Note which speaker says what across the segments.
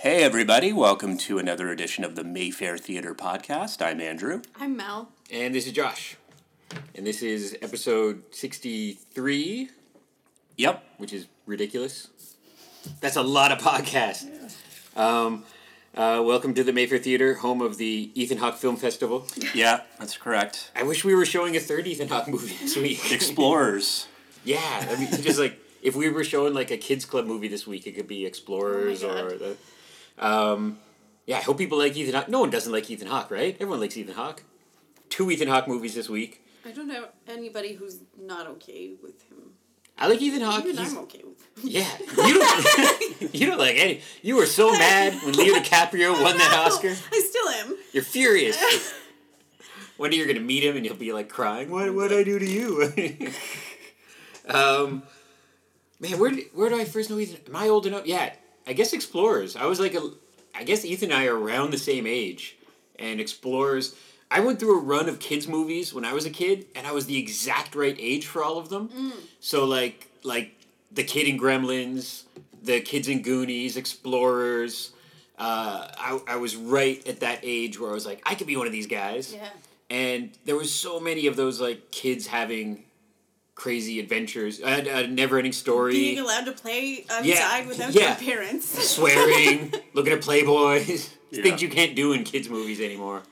Speaker 1: Hey, everybody, welcome to another edition of the Mayfair Theater Podcast. I'm Andrew.
Speaker 2: I'm Mel.
Speaker 3: And this is Josh. And this is episode 63,
Speaker 1: Yep,
Speaker 3: which is ridiculous. That's a lot of podcasts. Um, uh, welcome to the Mayfair Theater, home of the Ethan Hawke Film Festival.
Speaker 1: yeah, that's correct.
Speaker 3: I wish we were showing a third Ethan Hawke movie this week.
Speaker 1: Explorers.
Speaker 3: yeah, I mean, just like if we were showing like a kids club movie this week, it could be Explorers
Speaker 2: Oh my
Speaker 3: or
Speaker 2: God.
Speaker 3: the. Um, yeah, I hope people like Ethan Hawke. No one doesn't like Ethan Hawke, right? Everyone likes Ethan Hawke. Two Ethan Hawke movies this week.
Speaker 2: I don't know anybody who's not okay with him.
Speaker 3: I like Ethan Hawke.
Speaker 2: Even
Speaker 3: He's-
Speaker 2: I'm okay with him.
Speaker 3: Yeah, you don't. you don't like any. You were so mad when Leo DiCaprio won that
Speaker 2: No,
Speaker 3: Oscar.
Speaker 2: I still am.
Speaker 3: You're furious. One day you're gonna meet him and you'll be like crying. What What I do to you? um, man, where do- Where do I first know Ethan? Am I old enough? Yeah, I guess Explorers. I was like a. I guess Ethan and I are around the same age, and Explorers. I went through a run of kids movies when I was a kid, and I was the exact right age for all of them. So like like the kid in Gremlins, the kids in Goonies, Explorers. Uh, I I was right at that age where I was like I could be one of these guys.
Speaker 2: Yeah.
Speaker 3: And there was so many of those like kids having crazy adventures, a, a never-ending story,
Speaker 2: Being allowed to play outside
Speaker 3: Yeah,
Speaker 2: without
Speaker 3: yeah.
Speaker 2: your parents.
Speaker 3: swearing, looking at Playboys,
Speaker 1: Yeah.
Speaker 3: things you can't do in kids' movies anymore.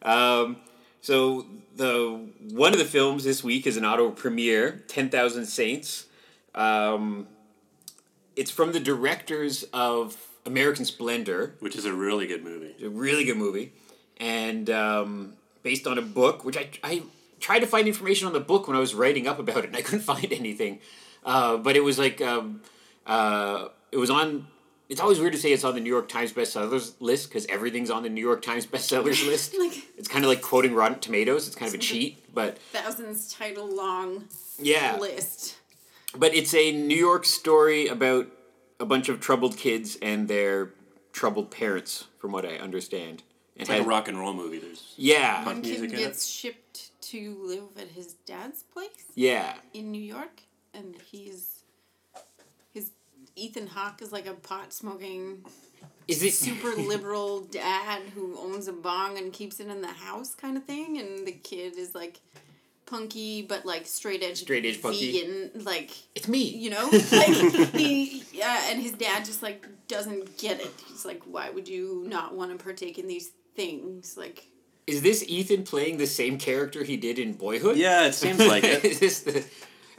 Speaker 3: Um, so the one of the films this week is an auto premiere, Ten Thousand Saints. Um, it's from the directors of American Splendor,
Speaker 1: Which is a really good movie.
Speaker 3: a really good movie, and um, based on a book, which I, I tried to find information on the book when I was writing up about it, and I couldn't find anything. Uh, but it was like um, uh, it was on. It's always weird to say it's on the New York Times bestsellers list because everything's on the New York Times bestsellers list.
Speaker 2: Like-
Speaker 3: it's kind of like quoting Rotten Tomatoes. It's kind of a cheat, but
Speaker 2: Thousands title long
Speaker 3: yeah,
Speaker 2: list.
Speaker 3: but it's a New York story about a bunch of troubled kids and their troubled parents, from what I understand. And
Speaker 1: It's like a
Speaker 3: has-
Speaker 1: rock and roll movie. There's
Speaker 3: yeah,
Speaker 2: One
Speaker 1: music
Speaker 2: kid
Speaker 1: in it.
Speaker 2: gets shipped to live at his dad's place
Speaker 3: yeah.
Speaker 2: in New York, and he's his Ethan Hawke is like a pot smoking
Speaker 3: Is it
Speaker 2: super liberal dad who owns a bong and keeps it in the house kind of thing and the kid is like punky but like straight edge
Speaker 3: Straight edge punky.
Speaker 2: vegan like
Speaker 3: It's me.
Speaker 2: you know like the yeah and his dad just like doesn't get it he's like why would you not want to partake in these things like
Speaker 3: Is this Ethan playing the same character he did in Boyhood?
Speaker 1: yeah, it seems like it.
Speaker 3: Is this the-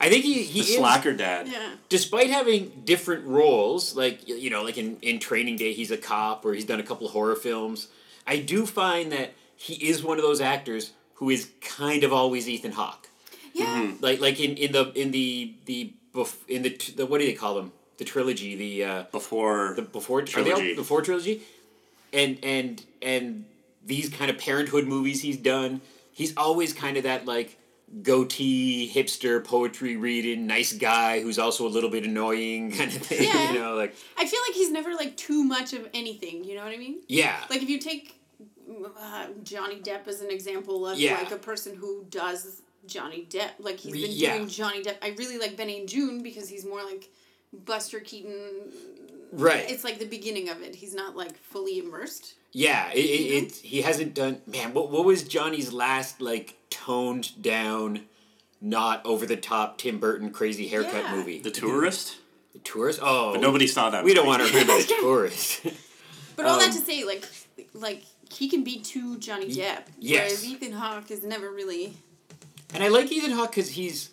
Speaker 3: I think he he
Speaker 1: The
Speaker 3: is.
Speaker 1: slacker dad.
Speaker 2: yeah
Speaker 3: Despite having different roles, like y- you know, like in in Training Day, he's a cop, or he's done a couple horror films. I do find that he is one of those actors who is kind of always Ethan Hawke.
Speaker 2: yeah
Speaker 3: Like like in in the in the the bef- in the, t- the what do they call them? The trilogy, the uh,
Speaker 1: Before
Speaker 3: the before trilogy,
Speaker 1: Trilogy.
Speaker 3: the four trilogy, and and and these kind of parenthood movies he's done. He's always kind of that like goatee hipster poetry reading nice guy who's also a little bit annoying kind of thing.
Speaker 2: Yeah.
Speaker 3: You know, like
Speaker 2: i feel like he's never like too much of anything you know what i mean
Speaker 3: yeah,
Speaker 2: like if you take uh, Johnny Depp as an example of
Speaker 3: Yeah.
Speaker 2: like a person who does Johnny Depp, like he's been
Speaker 3: Yeah.
Speaker 2: doing Johnny Depp. I really like Benny and June because he's more like Buster Keaton.
Speaker 3: right.
Speaker 2: It's like the beginning of it. He's not like fully immersed.
Speaker 3: yeah, it, it, it he hasn't done. Man, what what was Johnny's last like toned down, not over the top Tim Burton crazy haircut
Speaker 2: Yeah.
Speaker 3: movie?
Speaker 1: the tourist.
Speaker 3: The tourist. Oh,
Speaker 1: But nobody saw that.
Speaker 3: We don't
Speaker 1: movie.
Speaker 3: want to remember the tourist.
Speaker 2: But all that
Speaker 3: Um,
Speaker 2: to say, like, like he can be too Johnny Depp.
Speaker 3: yes.
Speaker 2: Whereas Ethan Hawke is never really.
Speaker 3: And I like Ethan Hawke because he's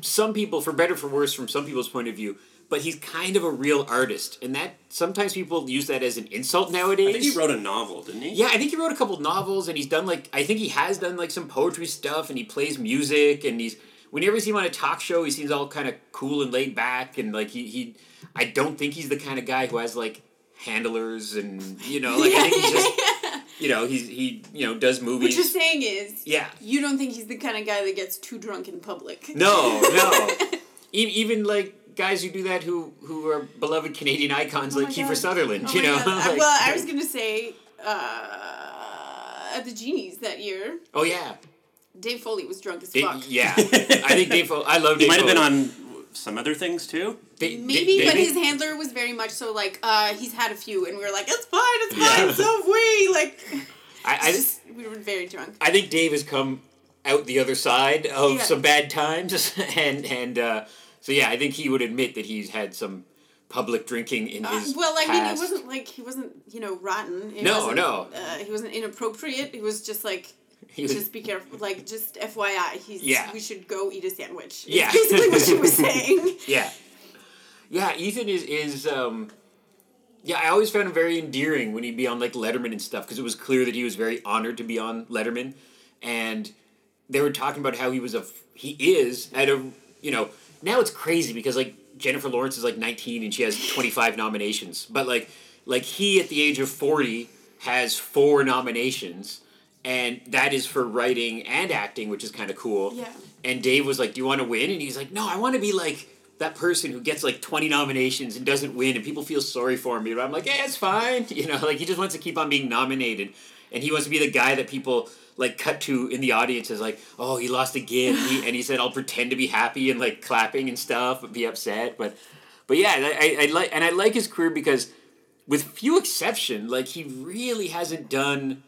Speaker 3: some people, for better or for worse, from some people's point of view, but he's kind of a real artist, and that sometimes people use that as an insult nowadays.
Speaker 1: I think he wrote a novel, didn't he?
Speaker 3: yeah, I think he wrote a couple novels, and he's done like I think he has done like some poetry stuff, and he plays music, and he's whenever you see him on a talk show, he seems all kind of cool and laid back, and like he he. I don't think he's the kind of guy who has like handlers and you know like I think he's just you know he's he you know does movies.
Speaker 2: What you're saying is,
Speaker 3: yeah,
Speaker 2: you don't think he's the kind of guy that gets too drunk in public.
Speaker 3: No, no. E- even like guys who do that who who are beloved Canadian icons
Speaker 2: Oh
Speaker 3: like
Speaker 2: my
Speaker 3: Kiefer
Speaker 2: God.
Speaker 3: Sutherland,
Speaker 2: Oh
Speaker 3: you
Speaker 2: my
Speaker 3: know.
Speaker 2: God. I-
Speaker 3: Like-
Speaker 2: well, I was gonna say uh, at the Genies that year,
Speaker 3: oh yeah,
Speaker 2: Dave Foley was drunk as
Speaker 3: Da-
Speaker 2: fuck.
Speaker 3: yeah. I think Dave. Fo- I love.
Speaker 1: He
Speaker 3: Dave
Speaker 1: might have been
Speaker 3: Foley.
Speaker 1: on some other things too.
Speaker 3: They- they-
Speaker 2: Maybe,
Speaker 3: they
Speaker 2: but
Speaker 3: make-
Speaker 2: his handler was very much so like, uh, he's had a few, and we were like, it's fine, it's fine, so we like,
Speaker 3: I, I
Speaker 2: just we were very drunk.
Speaker 3: I think Dave has come out the other side of
Speaker 2: Yeah.
Speaker 3: some bad times, and and uh, so yeah, I think he would admit that he's had some public drinking in
Speaker 2: Uh,
Speaker 3: his.
Speaker 2: well, I mean, it
Speaker 3: past.
Speaker 2: wasn't like he wasn't, you know, rotten. It
Speaker 3: No,
Speaker 2: wasn't,
Speaker 3: no.
Speaker 2: Uh, he wasn't inappropriate. He was just like,
Speaker 3: He was-
Speaker 2: just be careful. Like, just FYI, he's.
Speaker 3: Yeah.
Speaker 2: We should go eat a sandwich. is
Speaker 3: Yeah.
Speaker 2: Basically, what she was saying.
Speaker 3: yeah, yeah. Ethan is is um, yeah. I always found him very endearing when he'd be on like Letterman and stuff because it was clear that he was very honored to be on Letterman, and they were talking about how he was a f- he is at a you know now it's crazy because like Jennifer Lawrence is like 19 and she has 25 nominations but like like he at the age of 40 has four nominations and that is for writing and acting which is kind of cool
Speaker 2: Yeah.
Speaker 3: and Dave was like do you want to win and he's like no I want to be like that person who gets like 20 nominations and doesn't win and people feel sorry for me but I'm like yeah it's fine you know like he just wants to keep on being nominated and he wants to be the guy that people like cut to in the audience is like, oh, he lost again, and he, and he said, I'll pretend to be happy and like clapping and stuff, and be upset, but, but yeah, I, I, I like and I like his career because, with few exception, like he really hasn't done,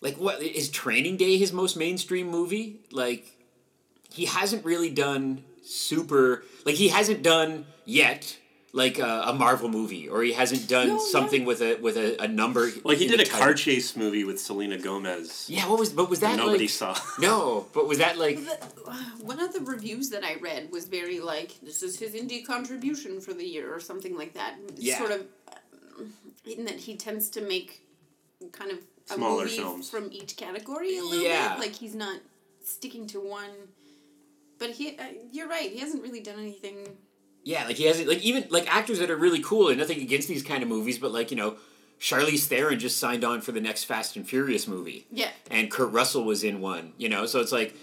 Speaker 3: like what is Training Day his most mainstream movie? Like, he hasn't really done super like he hasn't done yet. Like a, a Marvel movie, or he hasn't done
Speaker 2: No, yeah.
Speaker 3: something with a with a, a number.
Speaker 1: Like he
Speaker 3: in
Speaker 1: did
Speaker 3: the
Speaker 1: a car
Speaker 3: title.
Speaker 1: chase movie with Selena Gomez.
Speaker 3: Yeah, what was but was that
Speaker 1: Nobody
Speaker 3: like,
Speaker 1: saw.
Speaker 3: No, but was that like
Speaker 2: The- One of the reviews that I read was very like, this is his indie contribution for the year or something like that.
Speaker 3: Yeah.
Speaker 2: Sort of um, in that he tends to make kind of a
Speaker 1: Smaller
Speaker 2: movie
Speaker 1: films.
Speaker 2: from each category a little
Speaker 3: Yeah.
Speaker 2: bit. Like he's not sticking to one. But he, uh, you're right. He hasn't really done anything.
Speaker 3: yeah, like he hasn't like even like actors that are really cool and nothing against these kind of movies, but like, you know, Charlize Theron just signed on for the next Fast and Furious movie.
Speaker 2: Yeah.
Speaker 3: And Kurt Russell was in one, you know, so it's like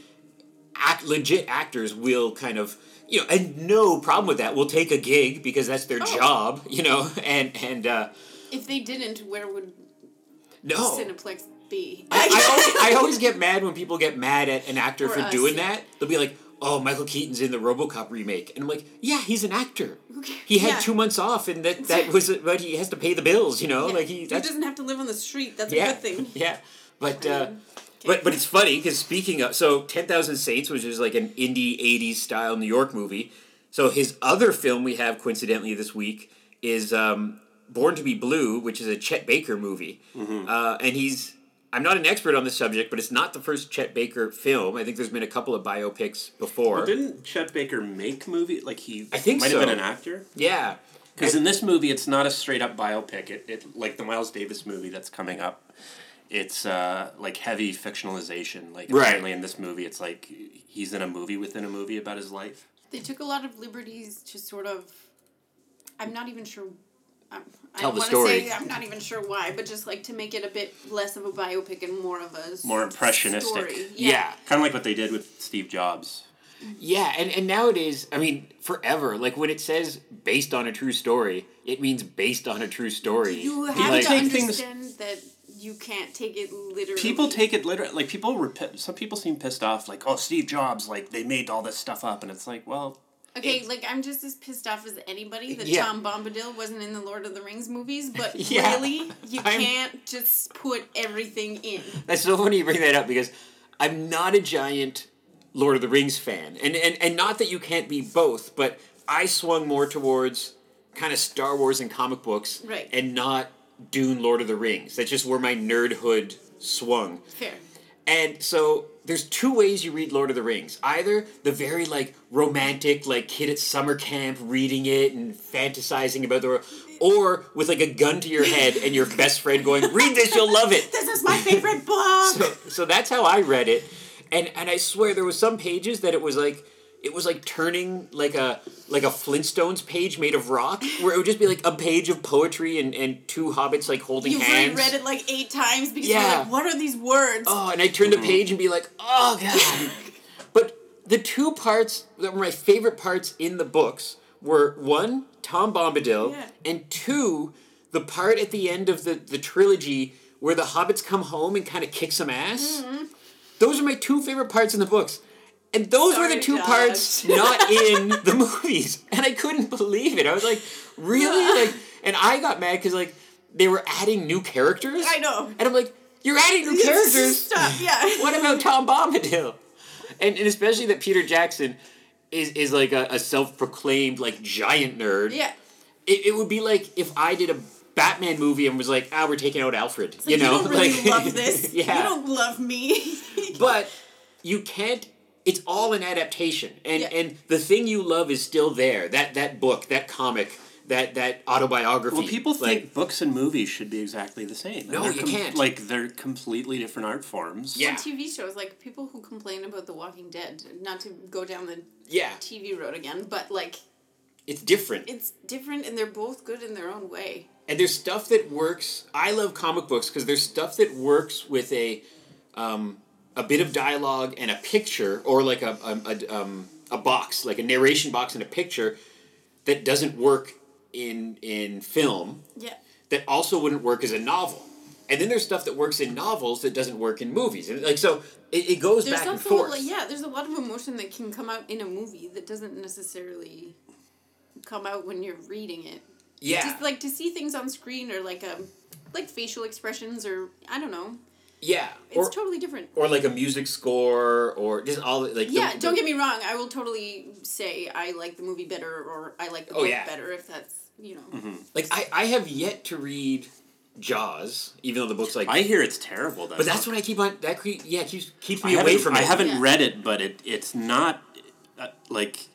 Speaker 3: act legit actors will kind of you know, and no problem with that. will take a gig because that's their
Speaker 2: Oh.
Speaker 3: job, you know, and and uh
Speaker 2: If they didn't, where would
Speaker 3: no.
Speaker 2: Cineplex be?
Speaker 3: Oh. I, I, always, I always get mad when people get mad at an actor
Speaker 2: Or
Speaker 3: for
Speaker 2: us,
Speaker 3: doing
Speaker 2: yeah.
Speaker 3: that. They'll be like, "Oh, Michael Keaton's in the RoboCop remake," and I'm like, "Yeah, he's an actor.
Speaker 2: Okay.
Speaker 3: He had
Speaker 2: Yeah.
Speaker 3: two months off, and that that was but he has to pay the bills, you know.
Speaker 2: Yeah.
Speaker 3: Like he that's
Speaker 2: doesn't have to live on the street. That's
Speaker 3: yeah
Speaker 2: a good thing.
Speaker 3: yeah, but." Uh,
Speaker 2: mean,
Speaker 3: But, but it's funny because speaking of so Ten Thousand Saints, which is like an indie '80s style New York movie. So his other film we have coincidentally this week is um, Born to Be Blue, which is a Chet Baker movie, uh, and he's I'm not an expert on the subject, but it's not the first Chet Baker film. I think there's been a couple of biopics before.
Speaker 1: Oh, Didn't Chet Baker make movie? Like he
Speaker 3: I think
Speaker 1: might
Speaker 3: so.
Speaker 1: have been an actor.
Speaker 3: yeah,
Speaker 1: Because in this movie, it's not a straight up biopic. It, it like the Miles Davis movie that's coming up. It's uh, like heavy fictionalization. Like
Speaker 3: Right.
Speaker 1: apparently in this movie, it's like he's in a movie within a movie about his life.
Speaker 2: they took a lot of liberties to sort of i'm not even sure I'm,
Speaker 3: Tell
Speaker 2: i
Speaker 3: the
Speaker 2: want to
Speaker 3: story.
Speaker 2: say i'm not even sure why but just like to make it a bit less of a biopic and more of a s-
Speaker 1: More impressionistic.
Speaker 2: story.
Speaker 3: yeah.
Speaker 1: Kind of like what they did with Steve Jobs.
Speaker 3: Yeah, and, and nowadays, I mean, forever, like when it says based on a true story, it means based on a true story.
Speaker 2: you
Speaker 3: Be
Speaker 2: have
Speaker 3: like,
Speaker 2: to
Speaker 1: Take things-
Speaker 2: understand that you can't take it literally
Speaker 1: People take it literally. Like people were. pi- Some people seem pissed off. Like oh, Steve Jobs. Like they made all this stuff up, and it's like well,
Speaker 2: okay like i'm just as pissed off as anybody that
Speaker 3: Yeah.
Speaker 2: tom bombadil wasn't in the lord of the rings movies but
Speaker 3: Yeah.
Speaker 2: really you
Speaker 3: I'm-
Speaker 2: can't just put everything in
Speaker 3: That's so funny you bring that up because I'm not a giant Lord of the Rings fan. And, and, and not that you can't be both, but I swung more towards kind of Star Wars and comic books
Speaker 2: Right.
Speaker 3: and not Dune Lord of the Rings. That's just where my nerdhood swung.
Speaker 2: fair
Speaker 3: And so there's two ways you read Lord of the Rings. Either the very like romantic, like kid at summer camp reading it and fantasizing about the world, or with like a gun to your head and your best friend going, "Read this, you'll love it."
Speaker 2: this is my favorite book
Speaker 3: So, so that's how I read it, and and I swear there was some pages that it was like it was like turning like a like a Flintstones page made of rock, where it would just be like a page of poetry and and two hobbits like holding
Speaker 2: You've
Speaker 3: hands.
Speaker 2: reread it like eight times because
Speaker 3: Yeah.
Speaker 2: you're like, what are these words?
Speaker 3: Oh, and I turn the page and be like, oh god. but the two parts that were my favorite parts in the books were one, Tom Bombadil,
Speaker 2: Yeah.
Speaker 3: and two, the part at the end of the, the trilogy where
Speaker 2: Mm-hmm.
Speaker 3: the hobbits come home and kind of kick some ass. Those are my two favorite parts in the books. And those were
Speaker 2: Sorry,
Speaker 3: the two
Speaker 2: Doug.
Speaker 3: parts not in the movies. And I couldn't believe it. I was like, really? like, and I got mad because like they were adding new characters.
Speaker 2: I know.
Speaker 3: And I'm like, you're adding new characters.
Speaker 2: Stop. Yeah.
Speaker 3: What about Tom Bombadil? And, and especially that Peter Jackson is is like a, a self proclaimed like giant nerd.
Speaker 2: Yeah.
Speaker 3: It, it would be like if I did a Batman movie and was like, ah, we're taking out Alfred.
Speaker 2: Like,
Speaker 3: you know,
Speaker 2: don't really
Speaker 3: like
Speaker 2: love this.
Speaker 3: yeah.
Speaker 2: You don't love me.
Speaker 3: but you can't it's all an adaptation and
Speaker 2: Yeah.
Speaker 3: and the thing you love is still there that that book that comic that that autobiography
Speaker 1: Well, people
Speaker 3: like,
Speaker 1: think books and movies should be exactly the same.
Speaker 3: No,
Speaker 1: They're
Speaker 3: you can't.
Speaker 1: Like they're completely different art forms.
Speaker 3: Yeah.
Speaker 2: On TV shows, like people who complain about The Walking Dead, not to go down the
Speaker 3: yeah
Speaker 2: TV road again, but like
Speaker 3: it's different
Speaker 2: it's different and they're both good in their own way.
Speaker 3: and there's stuff that works i love comic books because there's stuff that works with a um, a bit of dialogue and a picture or like a, a, a, um, a box like a narration box and a picture that doesn't work in in film
Speaker 2: Yeah.
Speaker 3: that also wouldn't work as a novel. And then there's stuff that works in novels that doesn't work in movies. And like so it, it goes
Speaker 2: There's
Speaker 3: back and
Speaker 2: also
Speaker 3: forth.
Speaker 2: like yeah, there's a lot of emotion that can come out in a movie that doesn't necessarily come out when you're reading it.
Speaker 3: yeah.
Speaker 2: Just like to see things on screen or like um like facial expressions or I don't know.
Speaker 3: yeah.
Speaker 2: It's
Speaker 3: Or,
Speaker 2: totally different.
Speaker 3: or like a music score or just all the- like the-
Speaker 2: Yeah,
Speaker 3: the-
Speaker 2: don't get me wrong. I will totally say I like the movie better or I like the
Speaker 3: Oh,
Speaker 2: book
Speaker 3: yeah. Mm-hmm.
Speaker 2: better if that's, you know.
Speaker 3: like I, I have yet to read Jaws, even though the book's like
Speaker 1: I hear it's terrible. That
Speaker 3: But that's
Speaker 1: book.
Speaker 3: what I keep on that cre- yeah, keeps keeps
Speaker 1: I
Speaker 3: me away
Speaker 1: haven't-
Speaker 3: from
Speaker 1: I
Speaker 3: it.
Speaker 1: haven't
Speaker 2: Yeah.
Speaker 1: read it, but it it's not uh, like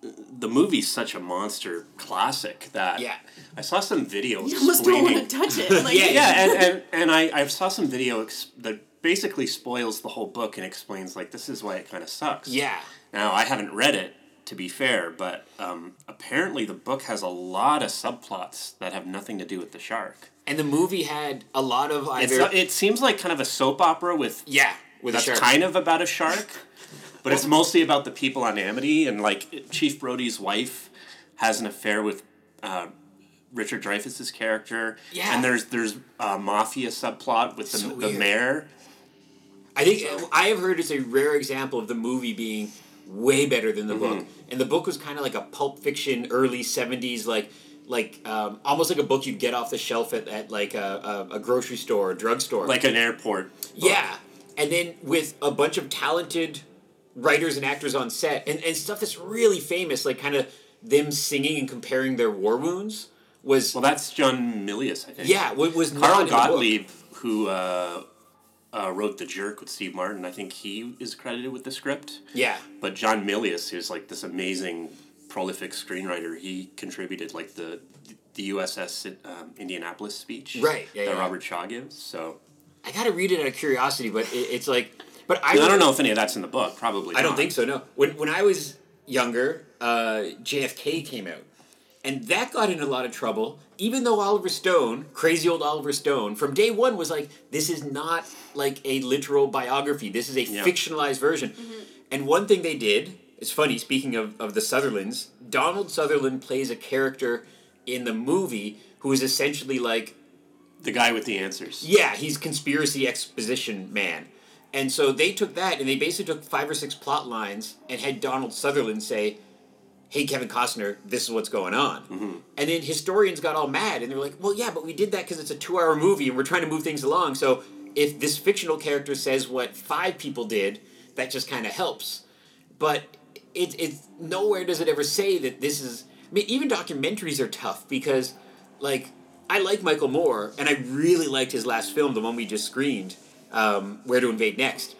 Speaker 1: the movie's such a monster classic that
Speaker 3: Yeah.
Speaker 1: I saw some video
Speaker 2: You almost don't
Speaker 1: explaining-
Speaker 2: want to touch it. Like,
Speaker 3: Yeah,
Speaker 1: yeah, and, and, and I, I saw some video ex- that basically spoils the whole book and explains like this is why it kind of sucks.
Speaker 3: Yeah.
Speaker 1: Now I haven't read it to be fair, but um, apparently the book has a lot of subplots that have nothing to do with the shark.
Speaker 3: And the movie had a lot of
Speaker 1: It's,
Speaker 3: either
Speaker 1: it seems like kind of a soap opera with
Speaker 3: Yeah, with a
Speaker 1: that's
Speaker 3: shark.
Speaker 1: kind of about a shark, but it's mostly about the people on Amity and like Chief Brody's wife has an affair with uh, Richard Dreyfuss's character.
Speaker 3: Yeah.
Speaker 1: and there's there's a mafia subplot with the,
Speaker 3: So
Speaker 1: the
Speaker 3: weird.
Speaker 1: mayor.
Speaker 3: I think I have heard it's a rare example of the movie being way better than the
Speaker 1: Mm-hmm.
Speaker 3: book, and the book was kind of like a Pulp Fiction early seventies like. Like um, almost like a book you'd get off the shelf at, at like a, a, a grocery store or drugstore.
Speaker 1: Like an airport.
Speaker 3: yeah, and then with a bunch of talented writers and actors on set, and, and stuff that's really famous, like kind of them singing and comparing their war wounds was
Speaker 1: Well, that's John Milius, I think.
Speaker 3: yeah, was, was not
Speaker 1: Carl
Speaker 3: in the book.
Speaker 1: Gottlieb, who uh, uh, wrote The Jerk with Steve Martin, I think he is credited with the script.
Speaker 3: Yeah,
Speaker 1: But John Milius, who's like this amazing, prolific screenwriter, he contributed like the the USS um, Indianapolis speech,
Speaker 3: Right, yeah,
Speaker 1: that
Speaker 3: yeah.
Speaker 1: Robert Shaw gives. So
Speaker 3: I gotta read it out of curiosity, but it, it's like, but I
Speaker 1: I, don't
Speaker 3: was-
Speaker 1: know if any of that's in the book. Probably.
Speaker 3: I don't
Speaker 1: not.
Speaker 3: think so. No. When when I was younger, uh, JFK came out, and that got in a lot of trouble. Even though Oliver Stone, crazy old Oliver Stone, from day one was like, this is not like a literal biography. This is a
Speaker 1: Yeah.
Speaker 3: fictionalized version. And one thing they did. It's funny. Speaking of of the Sutherlands, Donald Sutherland plays a character in the movie who is essentially like
Speaker 1: The guy with the answers.
Speaker 3: yeah, he's conspiracy exposition man. And so they took that and they basically took five or six plot lines and had Donald Sutherland say, Hey, Kevin Costner, this is what's going on. And then historians got all mad and they were like, Well, yeah, but we did that because it's a two hour movie and we're trying to move things along. So if this fictional character says what five people did, that just kind of helps. But it, it's nowhere does it ever say that this is. I mean, even documentaries are tough because, like, I like Michael Moore, and I really liked his last film, the one we just screened, um, Where to Invade Next.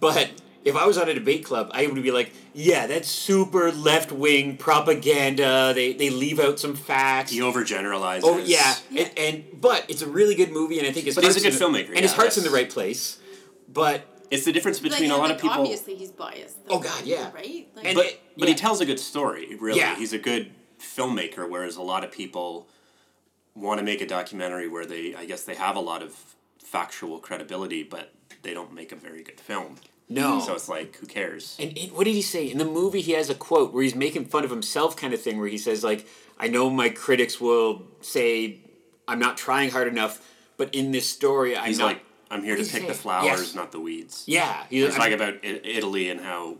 Speaker 3: But if I was on a debate club, I would be like, yeah, that's super left wing propaganda. They, they leave out some facts.
Speaker 1: He overgeneralizes.
Speaker 3: Oh yeah, And, and but it's a really good movie, and I think his
Speaker 1: But he's
Speaker 3: heart's
Speaker 1: a good
Speaker 3: in the-
Speaker 1: filmmaker,
Speaker 3: and his
Speaker 1: yeah,
Speaker 3: heart's in the
Speaker 1: that's-
Speaker 3: right place. But
Speaker 1: It's the difference between
Speaker 2: Like,
Speaker 1: a lot
Speaker 2: like,
Speaker 1: of people.
Speaker 2: Obviously, he's biased. though,
Speaker 3: Oh, God, yeah.
Speaker 2: Right? Like,
Speaker 3: And-
Speaker 1: but
Speaker 3: it-
Speaker 1: but he
Speaker 3: yeah.
Speaker 1: tells a good story. Really,
Speaker 3: Yeah.
Speaker 1: he's a good filmmaker. Whereas a lot of people want to make a documentary where they, I guess, they have a lot of factual credibility, but they don't make a very good film.
Speaker 3: no,
Speaker 1: So it's like, who cares?
Speaker 3: And, and what did he say in the movie? He has a quote where he's making fun of himself, kind of thing, where he says like, "I know my critics will say I'm not trying hard enough, but in this story, I'm
Speaker 1: He's
Speaker 3: not."
Speaker 1: like, I'm here
Speaker 3: What
Speaker 1: to
Speaker 3: did he
Speaker 1: pick the
Speaker 3: say?
Speaker 1: flowers,
Speaker 3: Yes.
Speaker 1: not the weeds.
Speaker 3: yeah, he's
Speaker 1: It's like about I- Italy and how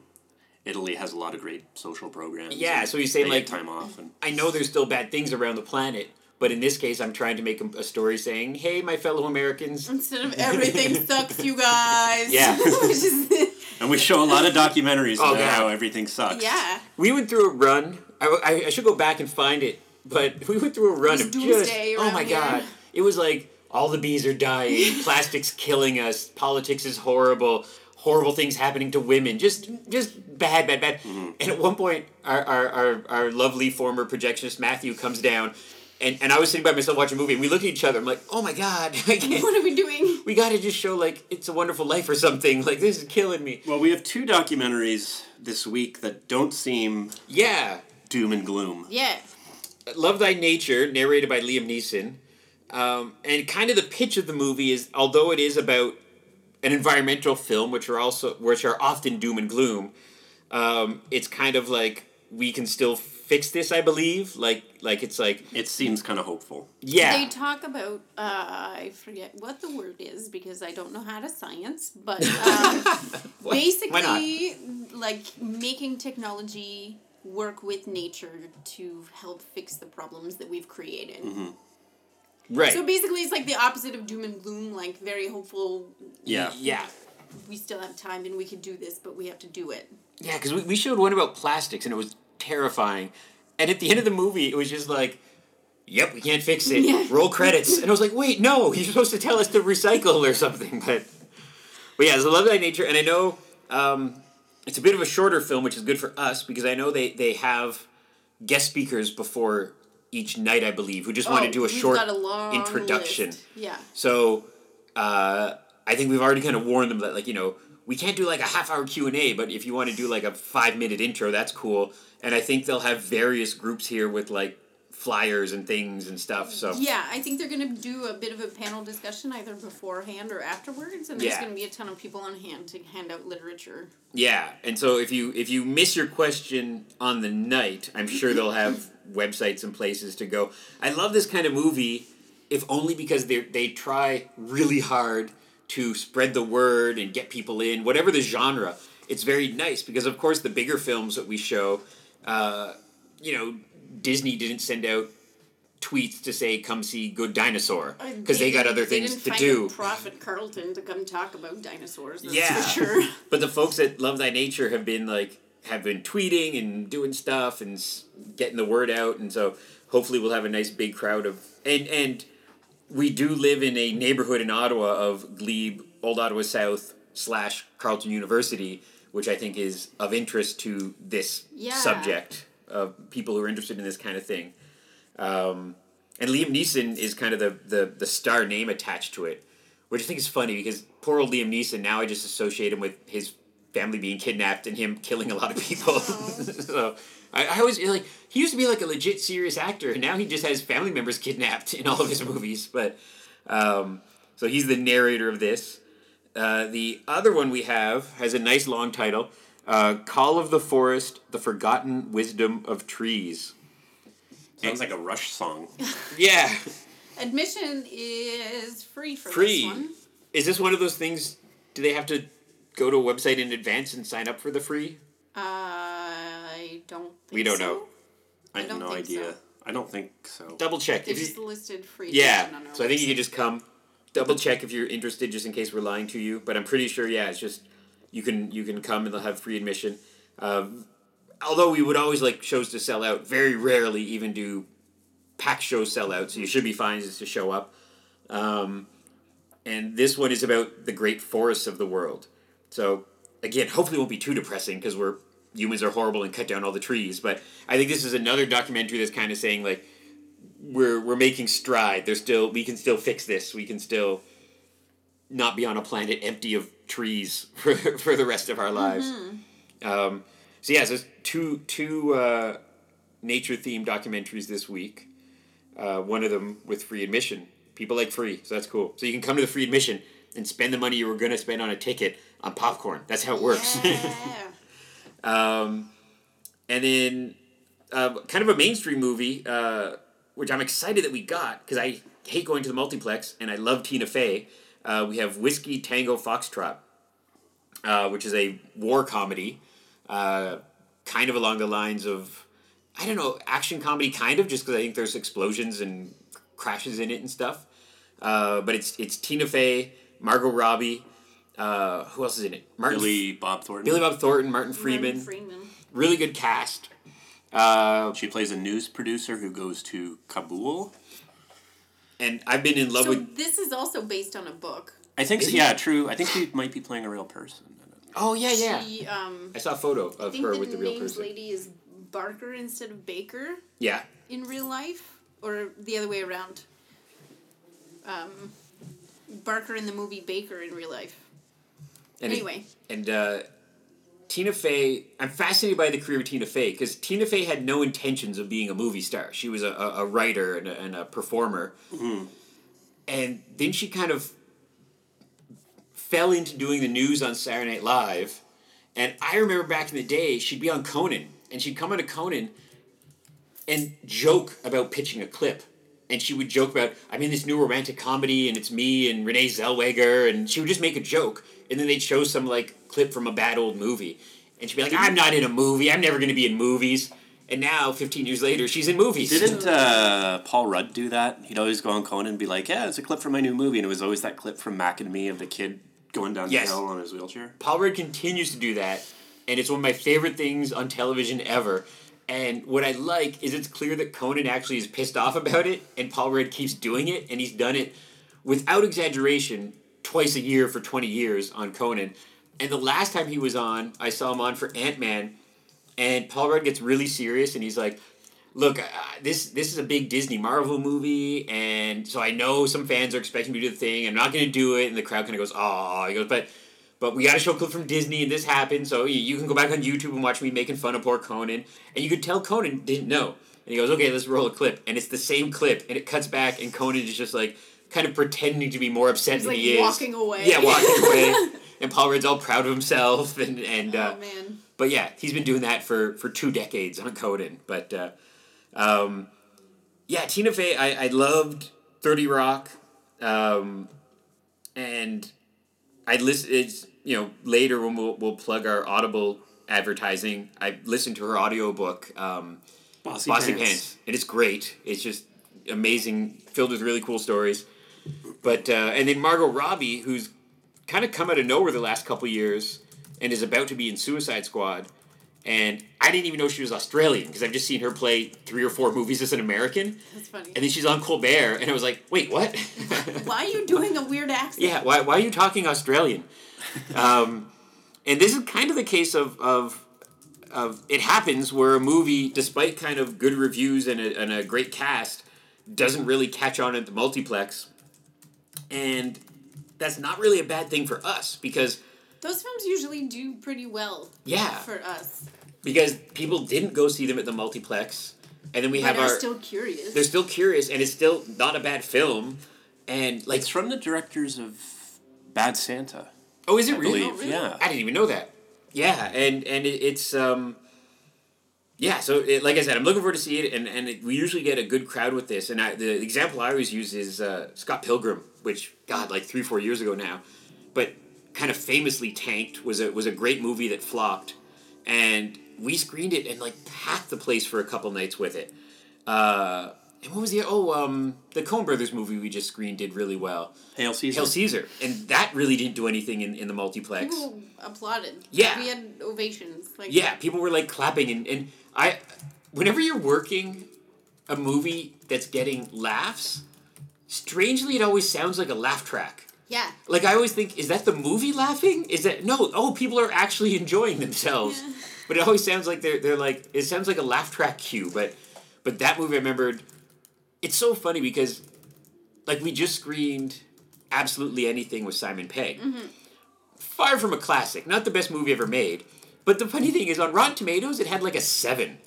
Speaker 1: Italy has a lot of great social programs.
Speaker 3: Yeah,
Speaker 1: and
Speaker 3: so you say,
Speaker 1: they
Speaker 3: like-
Speaker 1: get time off and
Speaker 3: I know there's still bad things around the planet, but in this case, I'm trying to make a, a story saying, "Hey, my fellow Americans."
Speaker 2: Instead of everything sucks, you guys.
Speaker 3: Yeah.
Speaker 2: Which is-
Speaker 1: and we show a lot of documentaries
Speaker 3: Oh,
Speaker 1: about
Speaker 3: God.
Speaker 1: how everything sucks.
Speaker 2: yeah.
Speaker 3: We went through a run. I, I, I should go back and find it, but we went through a run
Speaker 2: was
Speaker 3: of just
Speaker 2: doomsday
Speaker 3: oh
Speaker 2: around
Speaker 3: my
Speaker 2: here.
Speaker 3: god! It was like all the bees are dying, plastics killing us, politics is horrible, horrible things happening to women, just just bad, bad, bad. And at one point, our our, our our lovely former projectionist Matthew comes down. And, and I was sitting by myself watching a movie, and we looked at each other. I'm like, "Oh my god, I can't-
Speaker 2: What are we doing?
Speaker 3: we got to just show like it's a wonderful life or something. Like this is killing me."
Speaker 1: Well, we have two documentaries this week that don't seem
Speaker 3: Yeah,
Speaker 1: doom and gloom.
Speaker 2: Yeah.
Speaker 3: Love Thy Nature, narrated by Liam Neeson. Um, and kind of the pitch of the movie is, although it is about an environmental film, which are also which are often doom and gloom, um, it's kind of like we can still fix this. I believe, like like it's like
Speaker 1: It seems kind of hopeful.
Speaker 3: yeah,
Speaker 2: They talk about uh, I forget what the word is because I don't know how to science, but um,
Speaker 3: Why- why not?
Speaker 2: basically, like making technology work with nature to help fix the problems that we've created.
Speaker 3: Mm-hmm. right,
Speaker 2: So basically, it's like the opposite of doom and gloom, like very hopeful.
Speaker 1: Yeah.
Speaker 3: yeah.
Speaker 2: We still have time and we could do this, but we have to do it.
Speaker 3: Yeah, because we, we showed one about plastics and it was terrifying. And at the end of the movie, it was just like, yep, we can't fix it.
Speaker 2: Yeah.
Speaker 3: Roll credits. And I was like, wait, no, you're supposed to tell us to recycle or something. But, but yeah, it's a love thy nature. And I know um, it's a bit of a shorter film, which is good for us because I know they, they have guest speakers before each night, I believe, who just want to do a
Speaker 2: Oh, we've
Speaker 3: short
Speaker 2: got a long
Speaker 3: introduction.
Speaker 2: list. Yeah.
Speaker 3: So uh, I think we've already kind of warned them that like you know we can't do like a half hour Q and A, but if you want to do like a five minute intro, that's cool. And I think they'll have various groups here with like flyers and things and stuff. So
Speaker 2: Yeah, I think they're going to do a bit of a panel discussion either beforehand or afterwards, and there's
Speaker 3: Yeah.
Speaker 2: going to be a ton of people on hand to hand out literature.
Speaker 3: yeah, and so if you if you miss your question on the night, I'm sure they'll have websites and places to go. I love this kind of movie, if only because they they try really hard to spread the word and get people in, whatever the genre. It's very nice because of course the bigger films that we show, uh, you know, Disney didn't send out tweets to say come see Good Dinosaur because they got
Speaker 2: didn't-
Speaker 3: other
Speaker 2: Uh, they
Speaker 3: things
Speaker 2: didn't
Speaker 3: to
Speaker 2: find
Speaker 3: do.
Speaker 2: a Prophet Carlton to come talk about dinosaurs. That's
Speaker 3: Yeah.
Speaker 2: for sure.
Speaker 3: But the folks that Love Thy Nature have been like have been tweeting and doing stuff and s- getting the word out, and so hopefully we'll have a nice big crowd of and and we do live in a neighborhood in Ottawa of Glebe, Old Ottawa South slash Carleton University, which I think is of interest to this
Speaker 2: Yeah.
Speaker 3: subject of people who are interested in this kind of thing. Um, and Liam Neeson is kind of the, the the star name attached to it, which I think is funny because poor old Liam Neeson. Now I just associate him with his family being kidnapped and him killing a lot of people. so I, I always like he used to be like a legit serious actor, and now he just has family members kidnapped in all of his movies. But um, so he's the narrator of this. Uh, the other one we have has a nice long title. Uh, Call of the Forest, The Forgotten Wisdom of Trees.
Speaker 1: Sounds like a Rush song.
Speaker 3: Yeah.
Speaker 2: Admission is free for
Speaker 3: Free.
Speaker 2: this one.
Speaker 3: Is this one of those things? Do they have to go to a website in advance and sign up for the free?
Speaker 2: Uh, I don't. Think
Speaker 3: We don't
Speaker 2: so.
Speaker 3: know.
Speaker 1: I have
Speaker 2: don't
Speaker 1: no
Speaker 2: think
Speaker 1: idea.
Speaker 2: so.
Speaker 1: I don't think so.
Speaker 3: Double check.
Speaker 2: They
Speaker 3: If
Speaker 2: just
Speaker 3: you,
Speaker 2: listed free.
Speaker 3: yeah.
Speaker 2: admission on our
Speaker 3: So I think you
Speaker 2: website.
Speaker 3: could just come. Double check if you're interested, just in case we're lying to you. But I'm pretty sure, yeah, it's just you can you can come and they'll have free admission. Um, although we would always like shows to sell out. Very rarely even do pack show sellout, so you should be fine just to show up. Um, and this one is about the great forests of the world. So again, hopefully it won't be too depressing because we're humans are horrible and cut down all the trees. But I think this is another documentary that's kind of saying like we're we're making stride. There's still we can still fix this. We can still not be on a planet empty of trees for, for the rest of our lives. Um, so yeah, so it's two two uh, nature themed documentaries this week. Uh, one of them with free admission. People like free, so that's cool. So you can come to the free admission and spend the money you were gonna spend on a ticket on popcorn. That's how it works.
Speaker 2: Yeah.
Speaker 3: Um, and then uh, kind of a mainstream movie, uh, which I'm excited that we got because I hate going to the multiplex and I love Tina Fey. Uh, we have Whiskey Tango Foxtrot, uh, which is a war comedy uh, kind of along the lines of I don't know action comedy, kind of just because I think there's explosions and crashes in it and stuff. Uh, but it's it's Tina Fey, Margot Robbie, uh, who else is in it? Martin
Speaker 1: Billy Bob Thornton.
Speaker 3: Billy Bob Thornton, Martin Freeman,
Speaker 2: Freeman.
Speaker 3: really good cast. Uh,
Speaker 1: She plays a news producer who goes to Kabul.
Speaker 3: and I've been in love
Speaker 2: So
Speaker 3: with.
Speaker 2: this is also based on a book.
Speaker 1: I think, so,
Speaker 3: Is he-
Speaker 1: yeah, true. I think she might be playing a real person.
Speaker 3: Oh yeah, yeah.
Speaker 2: She, um,
Speaker 3: I saw a photo
Speaker 2: I
Speaker 3: of
Speaker 2: think
Speaker 3: her
Speaker 2: the,
Speaker 3: with the real
Speaker 2: named
Speaker 3: person.
Speaker 2: lady is Barker instead of Baker
Speaker 3: Yeah,
Speaker 2: in real life, or the other way around. Um, Barker in the movie, Baker in real life.
Speaker 3: and it-
Speaker 2: anyway,
Speaker 3: and uh, Tina Fey. I'm fascinated by the career of Tina Fey because Tina Fey had no intentions of being a movie star. She was a, a, a writer and a, and a performer, and then she kind of fell into doing the news on Saturday Night Live. And I remember back in the day, she'd be on Conan, and she'd come on to Conan and joke about pitching a clip. And she would joke about, I'm in this new romantic comedy, and it's me and Renee Zellweger, and she would just make a joke. And then they'd show some like clip from a bad old movie, and she'd be like, I'm not in a movie. I'm never going to be in movies. And now, 15 years later, she's in movies.
Speaker 1: Didn't uh, Paul Rudd do that? He'd always go on Conan and be like, "Yeah, it's a clip from my new movie," and it was always that clip from Mac and Me of the kid going down
Speaker 3: Yes.
Speaker 1: the hill on his wheelchair.
Speaker 3: Paul Rudd continues to do that, and it's one of my favorite things on television ever. And what I like is it's clear that Conan actually is pissed off about it, and Paul Rudd keeps doing it, and he's done it without exaggeration twice a year for 20 years on Conan. And the last time he was on, I saw him on for Ant Man, and Paul Rudd gets really serious, and he's like, "Look, uh, this this is a big Disney Marvel movie, and so I know some fans are expecting me to do the thing. I'm not going to do it." And the crowd kind of goes, "Oh," he goes, "But, but we got to show a clip from Disney, and this happened, so you, you can go back on YouTube and watch me making fun of poor Conan." And you could tell Conan didn't know, and he goes, "Okay, let's roll a clip," and it's the same clip, and it cuts back, and Conan is just like kind of pretending to be more upset
Speaker 2: He's,
Speaker 3: than
Speaker 2: like,
Speaker 3: he is,
Speaker 2: walking away.
Speaker 3: Yeah, walking away. And Paul Rudd's all proud of himself, and and uh,
Speaker 2: oh man,
Speaker 3: but yeah, he's been doing that for for two decades on Conan. But uh, um, yeah, Tina Fey, I, I loved Thirty Rock, um, and I listen. It's you know later when we'll we'll plug our Audible advertising. I listened to her audiobook, um,
Speaker 1: Bossy,
Speaker 3: Bossy Pants. and it's great. It's just amazing, filled with really cool stories. But uh, and then Margot Robbie, who's kind of come out of nowhere the last couple years and is about to be in Suicide Squad. And I didn't even know she was Australian because I've just seen her play three or four movies as an American.
Speaker 2: that's funny.
Speaker 3: And then she's on Colbert, and I was like, wait, what?
Speaker 2: Why are you doing a weird accent?
Speaker 3: yeah, why, why are you talking Australian? Um, and this is kind of the case of, of, of it happens where a movie, despite kind of good reviews and a, and a great cast, doesn't really catch on at the multiplex. And that's not really a bad thing for us because
Speaker 2: Those films usually do pretty well
Speaker 3: Yeah,
Speaker 2: for us.
Speaker 3: because people didn't go see them at the multiplex, and then we
Speaker 2: But
Speaker 3: have
Speaker 2: are
Speaker 3: our.
Speaker 2: still curious.
Speaker 3: they're still curious, and it's still not a bad film. And like,
Speaker 1: It's from the directors of Bad Santa,
Speaker 3: oh, is it
Speaker 1: I
Speaker 3: really?
Speaker 1: believe.
Speaker 2: really?
Speaker 1: Yeah,
Speaker 3: I didn't even know that. Yeah, and and it, it's um, yeah. So it, like I said, I'm looking forward to see it, and and it, we usually get a good crowd with this. And I, the example I always use is uh, Scott Pilgrim, which God, like three four years ago now, but kind of famously tanked was a was a great movie that flopped, and we screened it and like packed the place for a couple nights with it. Uh, and what was the oh um the Coen Brothers movie we just screened did really well
Speaker 1: Hail Caesar.
Speaker 3: Hail Caesar and that really didn't do anything in, in the multiplex
Speaker 2: People applauded.
Speaker 3: Yeah.
Speaker 2: We had ovations. Like
Speaker 3: yeah people were like clapping and, and i whenever you're working a movie that's getting laughs strangely it always sounds like a laugh track
Speaker 2: Yeah.
Speaker 3: like i always think is that the movie laughing is that no oh people are actually enjoying themselves
Speaker 2: Yeah.
Speaker 3: but it always sounds like they're, they're like it sounds like a laugh track cue but but that movie i remembered it's so funny because like we just screened absolutely anything with simon pegg
Speaker 2: Mm-hmm.
Speaker 3: far from a classic not the best movie ever made but the funny thing is on rotten tomatoes it had like a seven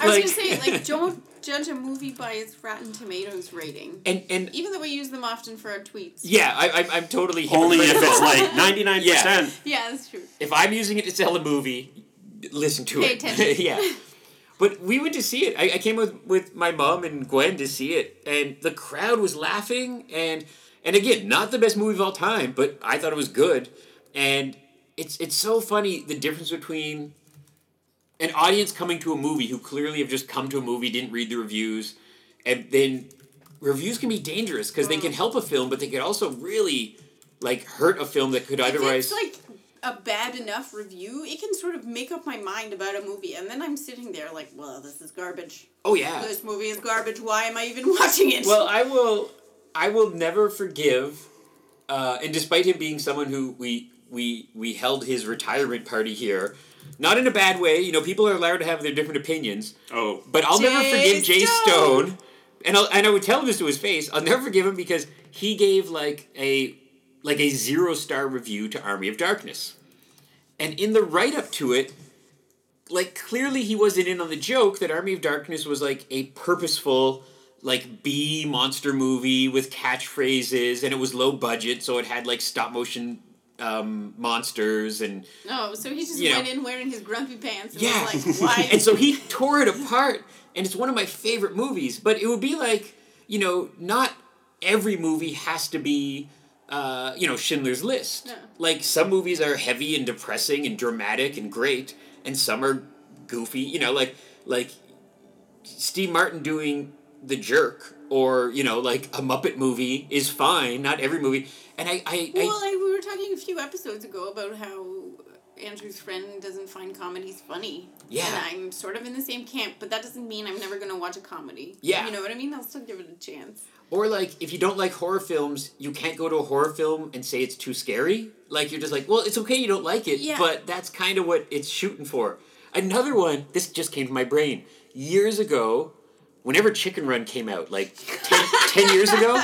Speaker 2: I was gonna say, like, don't judge a movie by its Rotten Tomatoes rating.
Speaker 3: and and
Speaker 2: Even though we use them often for our tweets.
Speaker 3: yeah I, I'm, I'm totally
Speaker 1: Only if
Speaker 3: hypocritical.
Speaker 1: it's like ninety nine percent.
Speaker 2: Yeah, that's true.
Speaker 3: if I'm using it to sell a movie, listen to
Speaker 2: Pay
Speaker 3: it.
Speaker 2: attention.
Speaker 3: yeah. But we went to see it. I, I came with, with my mom and Gwen to see it, and the crowd was laughing. And and again, not the best movie of all time, but I thought it was good. And it's it's so funny the difference between an audience coming to a movie who clearly have just come to a movie, didn't read the reviews, and then reviews can be dangerous because they can help a film, but they could also really like hurt a film that could
Speaker 2: If
Speaker 3: otherwise.
Speaker 2: it's like a bad enough review, it can sort of make up my mind about a movie, and then I'm sitting there like, well, this is garbage.
Speaker 3: oh yeah.
Speaker 2: This movie is garbage. Why am I even watching it?
Speaker 3: Well, I will. I will never forgive. Uh, and despite him being someone who we we we held his retirement party here, not in a bad way. You know, people are allowed to have their different opinions.
Speaker 1: Oh,
Speaker 3: But I'll never
Speaker 2: Jay
Speaker 3: forgive Jay
Speaker 2: Stone.
Speaker 3: Stone. And I'll, and I would tell him this to his face. I'll never forgive him because he gave like a like a zero star review to Army of Darkness. And in the write up to it, like clearly he wasn't in on the joke that Army of Darkness was like a purposeful like B monster movie with catchphrases and it was low budget so it had like stop motion um, monsters and
Speaker 2: no, so he just
Speaker 3: You know.
Speaker 2: went in wearing his grumpy pants and
Speaker 3: yeah.
Speaker 2: was like, why?
Speaker 3: and so he tore it apart, and it's one of my favorite movies. But it would be like, you know, not every movie has to be, uh, you know, Schindler's List.
Speaker 2: No.
Speaker 3: Like, some movies are heavy and depressing and dramatic and great, and some are goofy, you know, like, like Steve Martin doing The Jerk. Or you know, like a Muppet movie is fine. Not every movie, and I, I, I
Speaker 2: well, like, we were talking a few episodes ago about how Andrew's friend doesn't find comedies funny.
Speaker 3: Yeah.
Speaker 2: And I'm sort of in the same camp, but that doesn't mean I'm never going to watch a comedy.
Speaker 3: Yeah.
Speaker 2: You know what I mean? I'll still give it a chance.
Speaker 3: Or like, if you don't like horror films, you can't go to a horror film and say it's too scary. Like you're just like, well, it's okay you don't like it,
Speaker 2: Yeah.
Speaker 3: but that's kind of what it's shooting for. Another one. This just came to my brain years ago. Whenever Chicken Run came out, like 10, 10 years ago,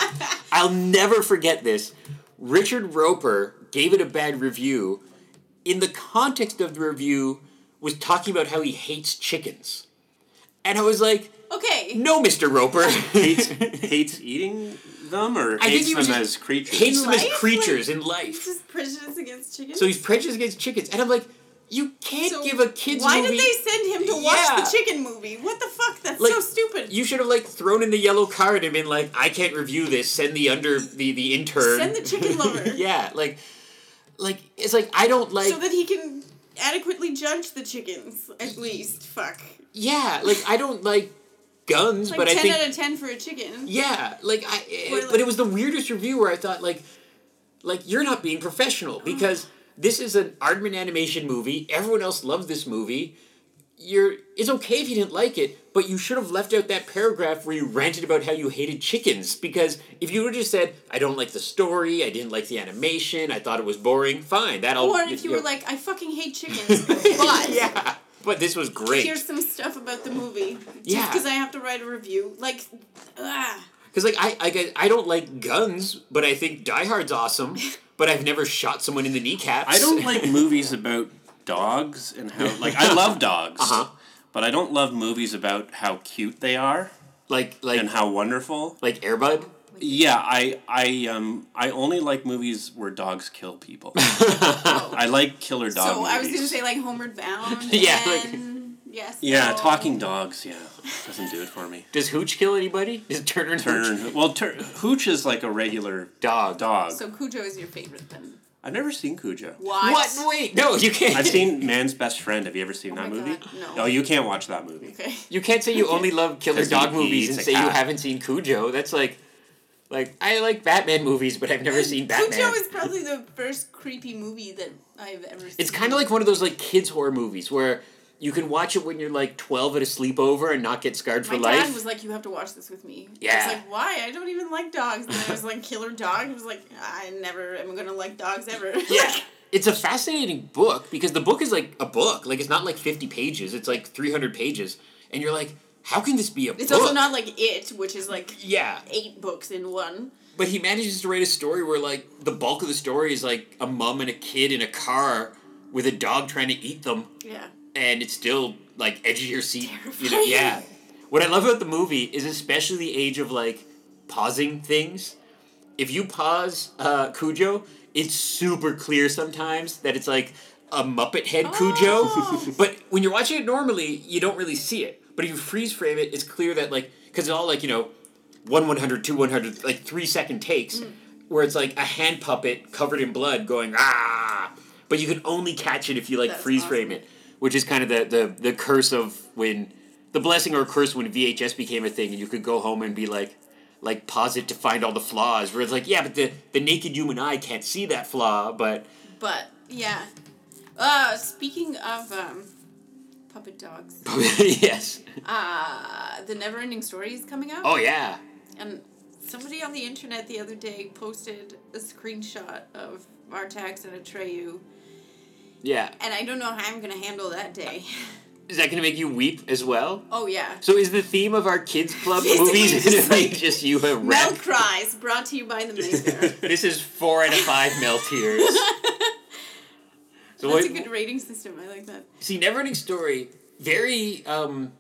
Speaker 3: I'll never forget this. Richard Roper gave it a bad review. In the context of the review, was talking about how he hates chickens, and I was like,
Speaker 2: Okay.
Speaker 3: "No, Mister Roper,
Speaker 1: hates hates eating them or
Speaker 3: think
Speaker 1: hates
Speaker 3: he
Speaker 1: them
Speaker 3: was just-
Speaker 1: as creatures.
Speaker 3: hates them as
Speaker 2: life?
Speaker 3: creatures in
Speaker 2: He's
Speaker 3: life.
Speaker 2: just prejudiced against chickens.
Speaker 3: So he's prejudiced against chickens, and I'm like, you can't
Speaker 2: So
Speaker 3: give a kids
Speaker 2: Why
Speaker 3: movie.
Speaker 2: did they send him to watch
Speaker 3: Yeah.
Speaker 2: the chicken movie? What the fuck? That's
Speaker 3: Like,
Speaker 2: so stupid.
Speaker 3: you should have like thrown in the yellow card and been like, I can't review this. Send the under the the intern.
Speaker 2: Send the chicken lover.
Speaker 3: yeah, like, like it's like I don't like.
Speaker 2: so that he can adequately judge the chickens, at least. Fuck.
Speaker 3: yeah, like I don't like guns,
Speaker 2: Like
Speaker 3: but I
Speaker 2: 10
Speaker 3: think
Speaker 2: out of 10 for a chicken.
Speaker 3: Yeah, like I. eh,
Speaker 2: Or,
Speaker 3: but
Speaker 2: like-
Speaker 3: it was the weirdest review where I thought like, like you're not being
Speaker 2: Uh-huh.
Speaker 3: professional because this is an Aardman animation movie. Everyone else loves this movie. You're. It's okay if you didn't like it, but you should have left out that paragraph where you ranted about how you hated chickens because if you would have just said, "I don't like the story. I didn't like the animation. I thought it was boring." Fine, that'll.
Speaker 2: Or if you were
Speaker 3: know-
Speaker 2: like, I fucking hate chickens, but
Speaker 3: yeah, but this was great
Speaker 2: here's some stuff about the movie. Just
Speaker 3: Yeah.
Speaker 2: because I have to write a review. Like, ah.
Speaker 3: Because like I, I get- I don't like guns, but I think Die Hard's awesome. But I've never shot someone in the kneecaps.
Speaker 1: I don't like movies about dogs and how like I love dogs,
Speaker 3: Uh-huh.
Speaker 1: but I don't love movies about how cute they are
Speaker 3: like like
Speaker 1: and how wonderful.
Speaker 3: like Airbud.
Speaker 1: Yeah, I I um I only like movies where dogs kill people. I like killer dog.
Speaker 2: so I was going to
Speaker 1: movies.
Speaker 2: say, like, oh. Homeward Bound.
Speaker 3: Yeah, like-
Speaker 2: And, yes.
Speaker 1: Yeah,
Speaker 2: no.
Speaker 1: talking dogs. Yeah, doesn't do it for me.
Speaker 3: Does Hooch kill anybody? Does Turner and Hooch?
Speaker 1: Turn well, tur Hooch is like a regular
Speaker 3: dog?
Speaker 1: dog.
Speaker 2: So Cujo is your favorite then.
Speaker 1: I've never seen Cujo.
Speaker 2: What?
Speaker 3: What? Wait, no, you can't.
Speaker 1: I've seen Man's Best Friend. Have you ever seen
Speaker 2: Oh
Speaker 1: that
Speaker 2: my
Speaker 1: movie?
Speaker 2: God, no.
Speaker 1: No, you can't watch that movie.
Speaker 2: Okay.
Speaker 3: You can't say you only love killer
Speaker 1: 'Cause he
Speaker 3: dog movies
Speaker 1: eats
Speaker 3: and
Speaker 1: a
Speaker 3: say you
Speaker 1: cat.
Speaker 3: haven't seen Cujo. That's like, like I like Batman movies, but I've never seen Batman.
Speaker 2: Cujo is probably the first creepy movie that I've ever seen.
Speaker 3: It's kind of like one of those like kids horror movies where you can watch it when you're like twelve at a sleepover and not get scarred
Speaker 2: my
Speaker 3: for life.
Speaker 2: dad was like, "You have to watch this with me." I
Speaker 3: Yeah.
Speaker 2: was like, "Why? I don't even like dogs." And then I was like, "Killer Dog." I was like, "I never am gonna like dogs ever."
Speaker 3: Yeah. It's a fascinating book because the book is like a book. Like it's not like 50 pages, it's like 300 pages. And you're like, how can this be a
Speaker 2: it's
Speaker 3: book?
Speaker 2: also not like it, which is like
Speaker 3: Yeah.
Speaker 2: eight books in one.
Speaker 3: But he manages to write a story where like the bulk of the story is like a mom and a kid in a car with a dog trying to eat them
Speaker 2: Yeah.
Speaker 3: and it's still like edge of your seat. You know,
Speaker 2: Terrifying.
Speaker 3: yeah. What I love about the movie is especially the age of like pausing things. If you pause uh, Cujo, it's super clear sometimes that it's like a Muppet head
Speaker 2: Oh.
Speaker 3: Cujo. but when you're watching it normally, you don't really see it. But if you freeze frame it, it's clear that like because it's all like you know one 100, two 100, like three second takes,
Speaker 2: Mm.
Speaker 3: where it's like a hand puppet covered in blood going ah, but you can only catch it if you like
Speaker 2: That's
Speaker 3: freeze frame
Speaker 2: awesome.
Speaker 3: it. which is kind of the, the, the curse of when the blessing or curse when VHS became a thing and you could go home and be like like pause it to find all the flaws where it's like yeah but the, the naked human eye can't see that flaw but
Speaker 2: But yeah. Uh, speaking of um, puppet dogs,
Speaker 3: yes
Speaker 2: uh, the Never Ending Story is coming out,
Speaker 3: oh yeah
Speaker 2: and somebody on the internet the other day posted a screenshot of Martax and Atreyu,
Speaker 3: yeah
Speaker 2: and I don't know how I'm gonna handle that day.
Speaker 3: is that gonna make you weep as well
Speaker 2: Oh yeah.
Speaker 3: so is the theme of our kids club movies
Speaker 2: Just
Speaker 3: gonna be
Speaker 2: like-
Speaker 3: just you a
Speaker 2: Mel
Speaker 3: wreck
Speaker 2: cries, brought to you by the Maker.
Speaker 3: this is four out of five mel tears so
Speaker 2: That's a
Speaker 3: what-
Speaker 2: good rating system. I like that.
Speaker 3: See, Neverending Story, very um,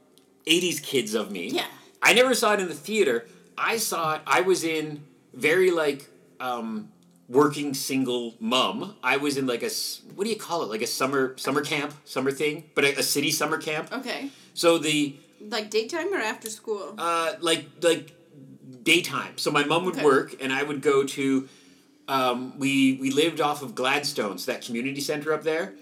Speaker 3: 80s kids of me.
Speaker 2: Yeah.
Speaker 3: I never saw it in the theater. I saw it, I was in very like um, working single mum. I was in like a, s- what do you call it? Like a summer summer camp, summer thing, but a, a city summer camp.
Speaker 2: Okay.
Speaker 3: So the,
Speaker 2: Like daytime or after school?
Speaker 3: uh, like, like daytime. So my mum would
Speaker 2: Okay.
Speaker 3: work and I would go to, um, we, we lived off of Gladstone's, that community center up there.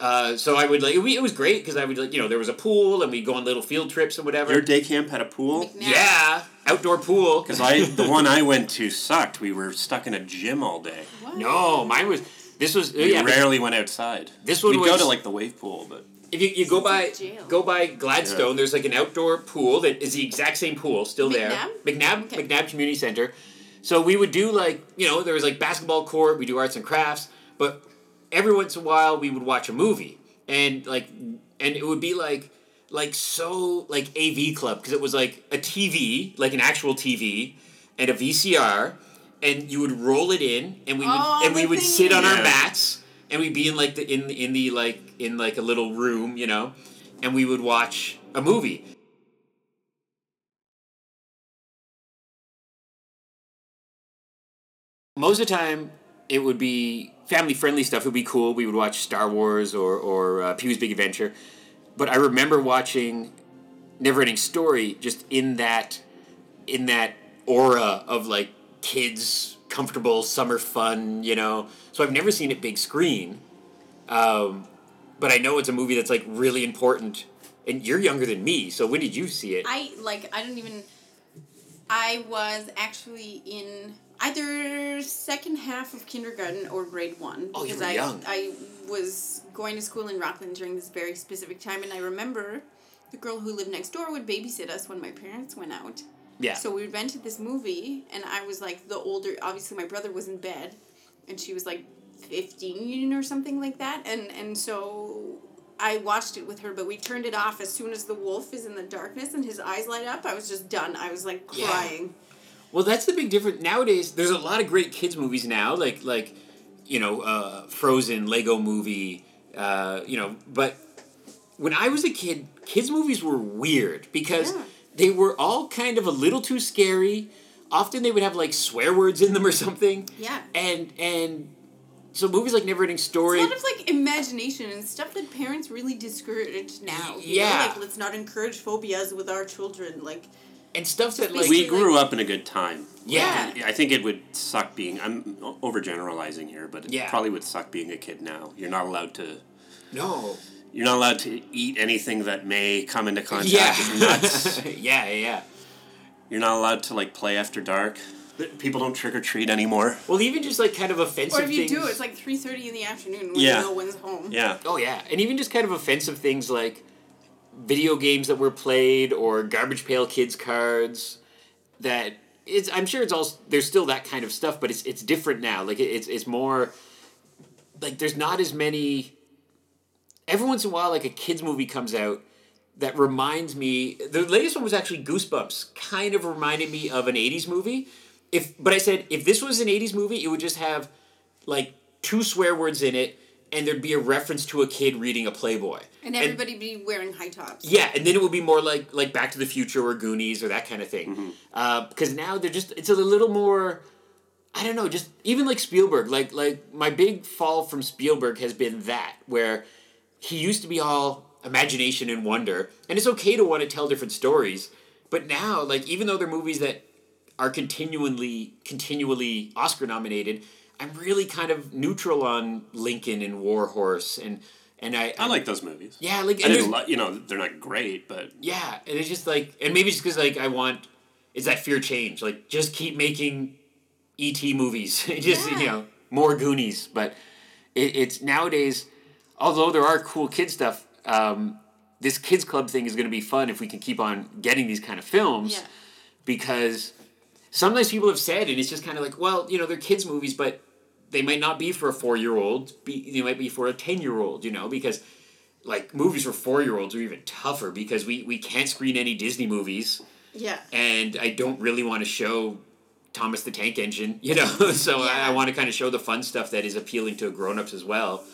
Speaker 3: Uh, so I would like we, it was great because I would like you know there was a pool and we'd go on little field trips and whatever.
Speaker 1: Your day camp had a pool.
Speaker 2: McNabb.
Speaker 3: yeah, outdoor pool.
Speaker 1: Because I, the one I went to sucked. We were stuck in a gym all day.
Speaker 2: What?
Speaker 3: no, mine was this was
Speaker 1: We
Speaker 3: Oh, yeah. but
Speaker 1: rarely went outside.
Speaker 3: This one
Speaker 1: We'd go
Speaker 3: was-
Speaker 1: to like the wave pool, but
Speaker 3: If you, you go
Speaker 2: Sounds
Speaker 3: by
Speaker 2: like jail.
Speaker 3: go by Gladstone,
Speaker 1: Yeah.
Speaker 3: there's like an outdoor pool that is the exact same pool still there.
Speaker 2: McNabb?
Speaker 3: McNabb
Speaker 2: Okay.
Speaker 3: McNabb Community Center. So we would do like you know there was like basketball court. We do arts and crafts, but every once in a while we would watch a movie and like and it would be like like so like AV club because it was like a TV like an actual TV and a VCR and you would roll it in and we would
Speaker 2: Oh,
Speaker 3: and we
Speaker 2: the
Speaker 3: would sit on our
Speaker 1: thingy.
Speaker 3: mats and we'd be in like the in in the like in like a little room you know and we would watch a movie most of the time it would be family friendly stuff. It would be cool. We would watch Star Wars or or uh, Pee Wee's Big Adventure. But I remember watching Neverending Story just in that in that aura of like kids comfortable summer fun, you know. So I've never seen it big screen. Um, but I know it's a movie that's like really important. And you're younger than me, so when did you see it?
Speaker 2: I like I don't even I was actually in either second half of kindergarten or grade one
Speaker 3: Oh, you were
Speaker 2: I
Speaker 3: young.
Speaker 2: I was going to school in Rockland during this very specific time and I remember the girl who lived next door would babysit us when my parents went out.
Speaker 3: yeah.
Speaker 2: So we rented this movie, and I was like the older. Obviously, my brother was in bed, and she was like fifteen or something like that. And and so I watched it with her, but we turned it off as soon as the wolf is in the darkness and his eyes light up. I was just done. I was like
Speaker 3: Yeah.
Speaker 2: crying.
Speaker 3: Well, that's the big difference nowadays. There's a lot of great kids movies now, like like you know uh, Frozen, Lego Movie, uh, you know. But when I was a kid, kids movies were weird because
Speaker 2: Yeah.
Speaker 3: they were all kind of a little too scary. Often they would have like swear words in them or something.
Speaker 2: Yeah.
Speaker 3: And and so movies like Neverending Story.
Speaker 2: It's a lot of like imagination and stuff that parents really discourage now. you know?
Speaker 3: Yeah.
Speaker 2: Like let's not encourage phobias with our children. Like
Speaker 3: and stuff that like
Speaker 2: Basically,
Speaker 1: we grew up in a good time.
Speaker 3: yeah.
Speaker 1: I think it would suck being. I'm o- overgeneralizing here, but it
Speaker 3: Yeah.
Speaker 1: probably would suck being a kid now. You're not allowed to.
Speaker 3: no
Speaker 1: You're not allowed to eat anything that may come into contact
Speaker 3: yeah
Speaker 1: with nuts.
Speaker 3: yeah yeah yeah.
Speaker 1: You're not allowed to like play after dark. Th- People don't trick or treat anymore.
Speaker 3: Well, even just like kind of offensive.
Speaker 2: or if you do,
Speaker 3: things-
Speaker 2: it's like three thirty in the afternoon when
Speaker 1: Yeah.
Speaker 2: no one's home.
Speaker 1: Yeah.
Speaker 3: Oh yeah, and even just kind of offensive things like video games that were played or garbage pail kids cards. That it's I'm sure it's all there's still that kind of stuff, but it's it's different now. Like it, it's it's more like there's not as many. Every once in a while, like a kids movie comes out that reminds me. The latest one was actually Goosebumps. Kind of reminded me of an '80s movie. If but I said if this was an '80s movie, it would just have like two swear words in it, and there'd be a reference to a kid reading a Playboy.
Speaker 2: And everybody be wearing high tops.
Speaker 3: yeah, and then it would be more like like Back to the Future or Goonies or that kind of thing. Uh, because now they're just it's a little more. I don't know, just even like Spielberg, like like my big fall from Spielberg has been that where he used to be all imagination and wonder, and it's okay to want to tell different stories, but now like even though they're movies that are continually continually Oscar nominated, I'm really kind of neutral on Lincoln and Warhorse and And I,
Speaker 1: I like those movies.
Speaker 3: yeah, like
Speaker 1: I didn't
Speaker 3: and there's-
Speaker 1: lo- you know, they're not great, but
Speaker 3: yeah, and it's just like, and maybe just because like I want, is that fear change? Like just keep making ET movies, just you
Speaker 2: Yeah.
Speaker 3: know more Goonies. But it, it's nowadays, although there are cool kid stuff, um, this kids club thing is going to be fun if we can keep on getting these kind of films
Speaker 2: Yeah.
Speaker 3: because sometimes people have said, and it's just kind of like, well, you know, they're kids' movies, but they might not be for a four year old. Be they might be for a ten year old, you know, because like movies for four year olds are even tougher because we we can't screen any Disney movies,
Speaker 2: Yeah.
Speaker 3: and I don't really want to show Thomas the Tank Engine, you know. so I, I
Speaker 2: Yeah.
Speaker 3: want to kind of show the fun stuff that is appealing to grown ups as well.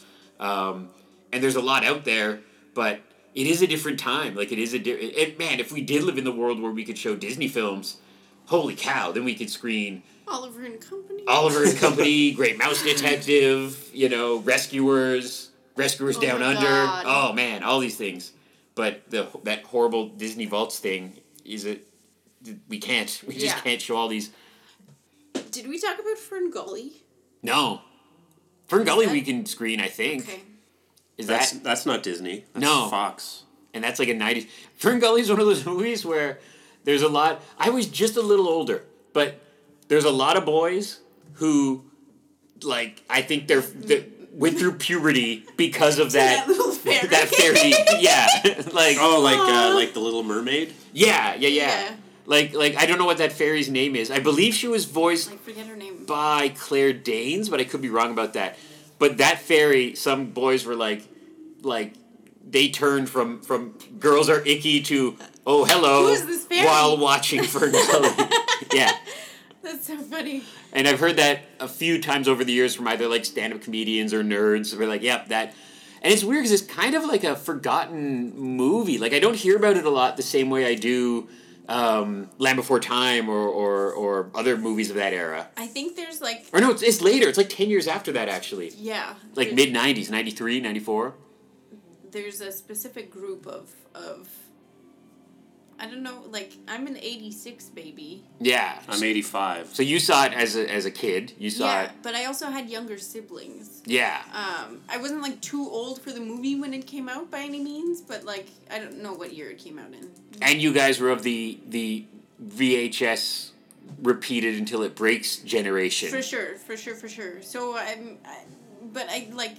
Speaker 3: Um, and there's a lot out there, but it is a different time. Like it is a di- it, man. If we did live in the world where we could show Disney films, holy cow! Then we could screen
Speaker 2: Oliver and Company.
Speaker 3: Oliver and Company, Great Mouse Detective, you know, Rescuers, Rescuers
Speaker 2: Oh
Speaker 3: Down
Speaker 2: my
Speaker 3: Under.
Speaker 2: God.
Speaker 3: Oh man, all these things. But the that horrible Disney Vaults thing is it. We can't. We just
Speaker 2: Yeah.
Speaker 3: can't show all these.
Speaker 2: Did we talk about Ferngully?
Speaker 3: No, Ferngully
Speaker 2: that-
Speaker 3: we can screen. I think
Speaker 2: Okay.
Speaker 3: is
Speaker 1: that's
Speaker 3: that
Speaker 1: that's not Disney. That's
Speaker 3: No.
Speaker 1: Fox.
Speaker 3: and that's like a 90s. Ferngully is one of those movies where there's a lot. I was just a little older, but there's a lot of boys who, like, I think they're, they went through puberty because of that.
Speaker 2: That little fairy.
Speaker 3: That fairy, yeah, like
Speaker 1: Oh, like uh,
Speaker 2: Aw.
Speaker 1: like the Little Mermaid.
Speaker 3: yeah, yeah, yeah,
Speaker 2: Yeah.
Speaker 3: Like, like I don't know what that fairy's name is. I believe she was voiced
Speaker 2: I forget her name.
Speaker 3: by Claire Danes, but I could be wrong about that. But that fairy, some boys were like, like they turned from from girls are icky to oh hello
Speaker 2: Who is this fairy?
Speaker 3: while watching Ferngully. yeah,
Speaker 2: That's so funny.
Speaker 3: and I've heard that a few times over the years from either like stand up comedians or nerds. We're like, yep, that. And it's weird because it's kind of like a forgotten movie. Like I don't hear about it a lot the same way I do um, Land Before Time or, or or other movies of that era.
Speaker 2: I think there's like
Speaker 3: Or no, it's, it's later. It's like 10 years after that, actually.
Speaker 2: yeah.
Speaker 3: Like
Speaker 2: there's-
Speaker 3: mid 90s, 93, 94.
Speaker 2: There's a specific group of of. I don't know. Like I'm an '86 baby.
Speaker 3: Yeah.
Speaker 1: I'm 85.
Speaker 3: So you saw it as a, as a kid. You saw
Speaker 2: yeah,
Speaker 3: it.
Speaker 2: but I also had younger siblings.
Speaker 3: Yeah.
Speaker 2: Um, I wasn't like too old for the movie when it came out by any means, but like I don't know what year it came out in.
Speaker 3: And you guys were of the the VHS repeated until it breaks generation.
Speaker 2: For sure, for sure, for sure. So I'm, I, but I like,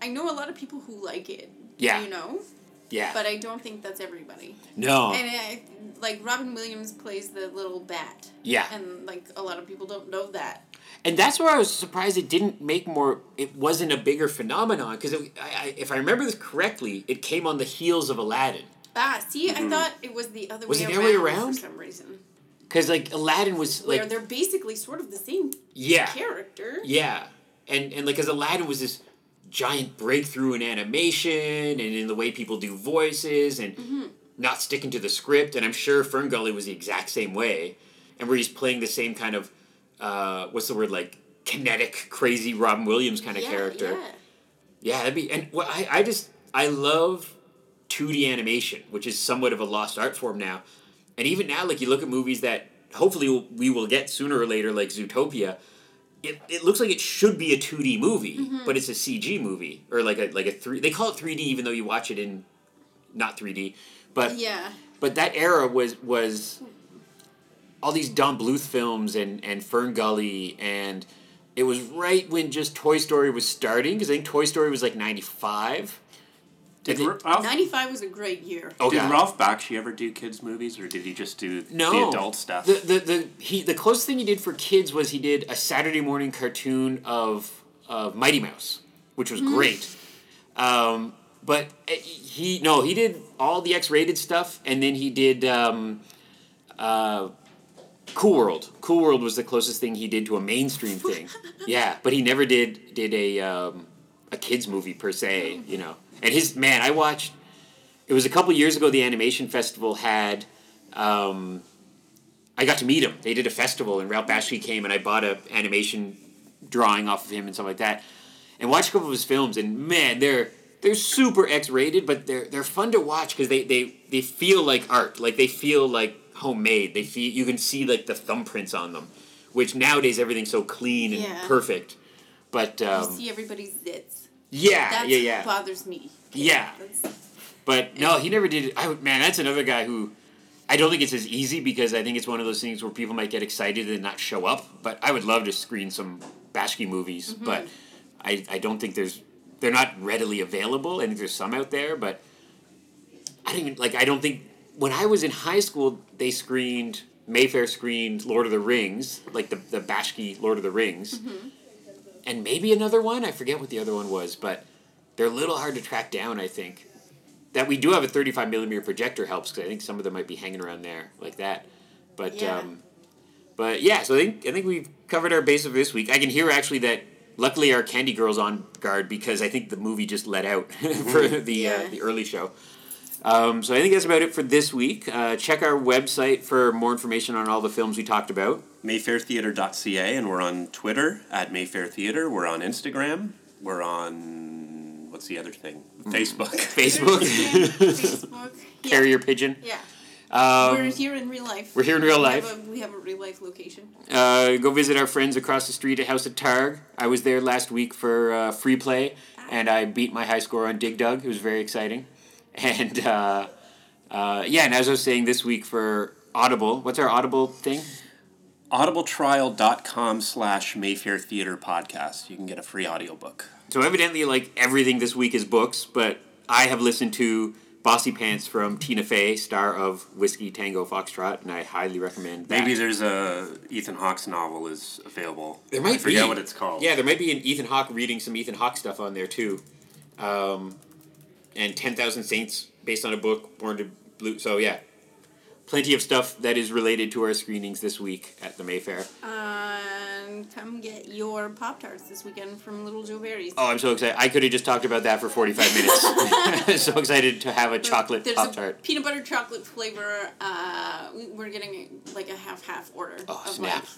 Speaker 2: I know a lot of people who like it.
Speaker 3: Yeah.
Speaker 2: You know,
Speaker 3: Yeah. Oh.
Speaker 2: but I don't think that's everybody.
Speaker 3: no.
Speaker 2: And I, like Robin Williams plays the little bat.
Speaker 3: Yeah.
Speaker 2: And like a lot of people don't know that.
Speaker 3: and that's where I was surprised it didn't make more. It wasn't a bigger phenomenon because I, I, if I remember this correctly, it came on the heels of Aladdin.
Speaker 2: Ah, see, I thought it was the other
Speaker 3: Mm-hmm. Was
Speaker 2: way
Speaker 3: it the
Speaker 2: around
Speaker 3: other way around?
Speaker 2: for some reason.
Speaker 3: Because like Aladdin was
Speaker 2: Where
Speaker 3: like
Speaker 2: they're basically sort of the same
Speaker 3: yeah
Speaker 2: character.
Speaker 3: Yeah, and and like as Aladdin was this giant breakthrough in animation and in the way people do voices and
Speaker 2: Mm-hmm.
Speaker 3: not sticking to the script, and I'm sure Ferngully was the exact same way, and where he's playing the same kind of uh, what's the word like kinetic, crazy Robin Williams kind of
Speaker 2: Yeah,
Speaker 3: character.
Speaker 2: yeah.
Speaker 3: Yeah, that'd be and well, I I just I love 2D animation, which is somewhat of a lost art form now. And even now, like you look at movies that hopefully we'll- we will get sooner or later, like Zootopia. It, it looks like it should be a 2D movie, but it's a CG movie or like a like a three. They call it 3D, even though you watch it in not 3D. But
Speaker 2: Yeah.
Speaker 3: but that era was was all these Don Bluth films and and Ferngully and it was right when just Toy Story was starting because I think Toy Story was like ninety five.
Speaker 1: Did
Speaker 3: Did they-
Speaker 1: Ralph, did
Speaker 2: 95 was a great year.
Speaker 3: Oh God.
Speaker 1: Ralph Bakshi ever do kids movies, or did he just do
Speaker 3: no
Speaker 1: the adult stuff?
Speaker 3: The, the the he the closest thing he did for kids was he did a Saturday morning cartoon of of Mighty Mouse, which was great. Um, but eh, he no he did all the X rated stuff, and then he did um, uh, Cool World. Cool World was the closest thing he did to a mainstream thing. yeah, but he never did did a um, a kids movie per se. You know, and his man I watched. It was a couple years ago. The animation festival had um, I got to meet him. They did a festival, and Ralph Bakshi came, and I bought a animation drawing off of him and stuff like that, and watched a couple of his films. And man, they're they're super X rated, but they're they're fun to watch because they, they they feel like art. Like they feel like homemade. They feel you can see like the thumbprints on them, which nowadays everything's so clean and
Speaker 2: Yeah.
Speaker 3: perfect. But
Speaker 2: You
Speaker 3: um,
Speaker 2: see everybody's zits.
Speaker 3: Yeah,
Speaker 2: That's
Speaker 3: yeah, yeah.
Speaker 2: what bothers me.
Speaker 3: Yeah.
Speaker 2: That's-
Speaker 3: But no, he never did it. I would, man, that's another guy who I don't think it's as easy because I think it's one of those things where people might get excited and not show up. But I would love to screen some Bashki movies, but I, I don't think there's they're not readily available. I think there's some out there, but I don't even like I don't think when I was in high school they screened Mayfair screened Lord of the Rings, like the the Bashki Lord of the Rings. And maybe another one, I forget what the other one was, but they're a little hard to track down, I think that we do have a 35 millimeter projector helps because I think some of them might be hanging around there like that. But
Speaker 2: Yeah.
Speaker 3: um, but yeah, so I think I think we've covered our base of this week. I can hear actually that luckily our Candy Girl's on guard because I think the movie just let out for the
Speaker 2: Mm-hmm. Yeah.
Speaker 3: uh, the early show. Um, so I think that's about it for this week. Uh, check our website for more information on all the films we talked about.
Speaker 1: mayfairtheater.ca and we're on twitter at mayfair theater we're on instagram we're on what's the other thing facebook
Speaker 3: Facebook,
Speaker 2: Facebook. Mm-hmm. Yeah.
Speaker 3: Carrier Pigeon.
Speaker 2: Yeah.
Speaker 3: Um,
Speaker 2: we're here in real life.
Speaker 3: we're here in real
Speaker 2: We
Speaker 3: life.
Speaker 2: have a- we have a real life location.
Speaker 3: Uh, go visit our friends across the street at House of Targ. I was there last week for uh, free play, and I beat my high score on Dig Dug. It was very exciting. And uh, uh, yeah, and as I was saying this week for Audible, what's our Audible thing?
Speaker 1: audibletrial.com slash mayfair theater podcast you can get a free audiobook
Speaker 3: So evidently, like everything this week is books, but I have listened to Bossy Pants from Tina Fey, star of Whiskey Tango Foxtrot, and I highly recommend that.
Speaker 1: maybe there's a ethan hawke's novel is available
Speaker 3: There might
Speaker 1: I forget
Speaker 3: be.
Speaker 1: what it's called
Speaker 3: Yeah, there might be an Ethan Hawke reading some Ethan Hawke stuff on there too, um, and Ten Thousand Saints based on a book Born to Blue. So yeah, plenty of stuff that is related to our screenings this week at the Mayfair.
Speaker 2: And come get your Pop Tarts this weekend from Little Joe Berry's.
Speaker 3: Oh, I'm so excited! I could have just talked about that for 45 minutes. so excited to have a chocolate
Speaker 2: There's
Speaker 3: pop
Speaker 2: A
Speaker 3: tart.
Speaker 2: peanut butter chocolate flavor. Uh, we- we're getting like a half half order
Speaker 3: Oh,
Speaker 2: of
Speaker 3: snap.
Speaker 2: like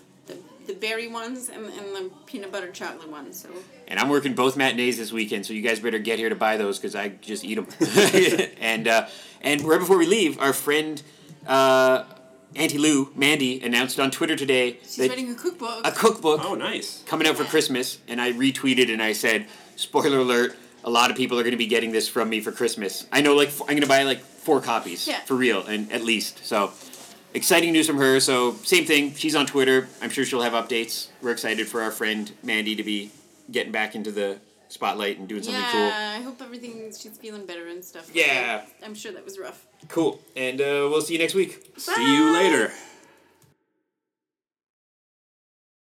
Speaker 2: the, the berry ones and, and the peanut butter chocolate ones. So
Speaker 3: And I'm working both matinees this weekend, so you guys better get here to buy those because I just eat them. and uh, and right before we leave, our friend uh, Auntie Lou Mandy announced on Twitter today
Speaker 2: she's
Speaker 3: that
Speaker 2: writing a cookbook.
Speaker 3: a cookbook
Speaker 1: oh nice
Speaker 3: coming out for Christmas, and I retweeted and I said, spoiler alert, a lot of people are going to be getting this from me for Christmas. I know, like, f- I'm going to buy like four copies
Speaker 2: Yeah.
Speaker 3: for real, and at least. So, exciting news from her. So, same thing. She's on Twitter. I'm sure she'll have updates. We're excited for our friend Mandy to be getting back into the spotlight and doing something
Speaker 2: yeah,
Speaker 3: cool.
Speaker 2: I hope everything she's feeling better and stuff.
Speaker 3: Yeah.
Speaker 2: I'm sure that was rough.
Speaker 3: Cool. And uh, we'll see you next week.
Speaker 1: see you
Speaker 2: Bye.
Speaker 1: later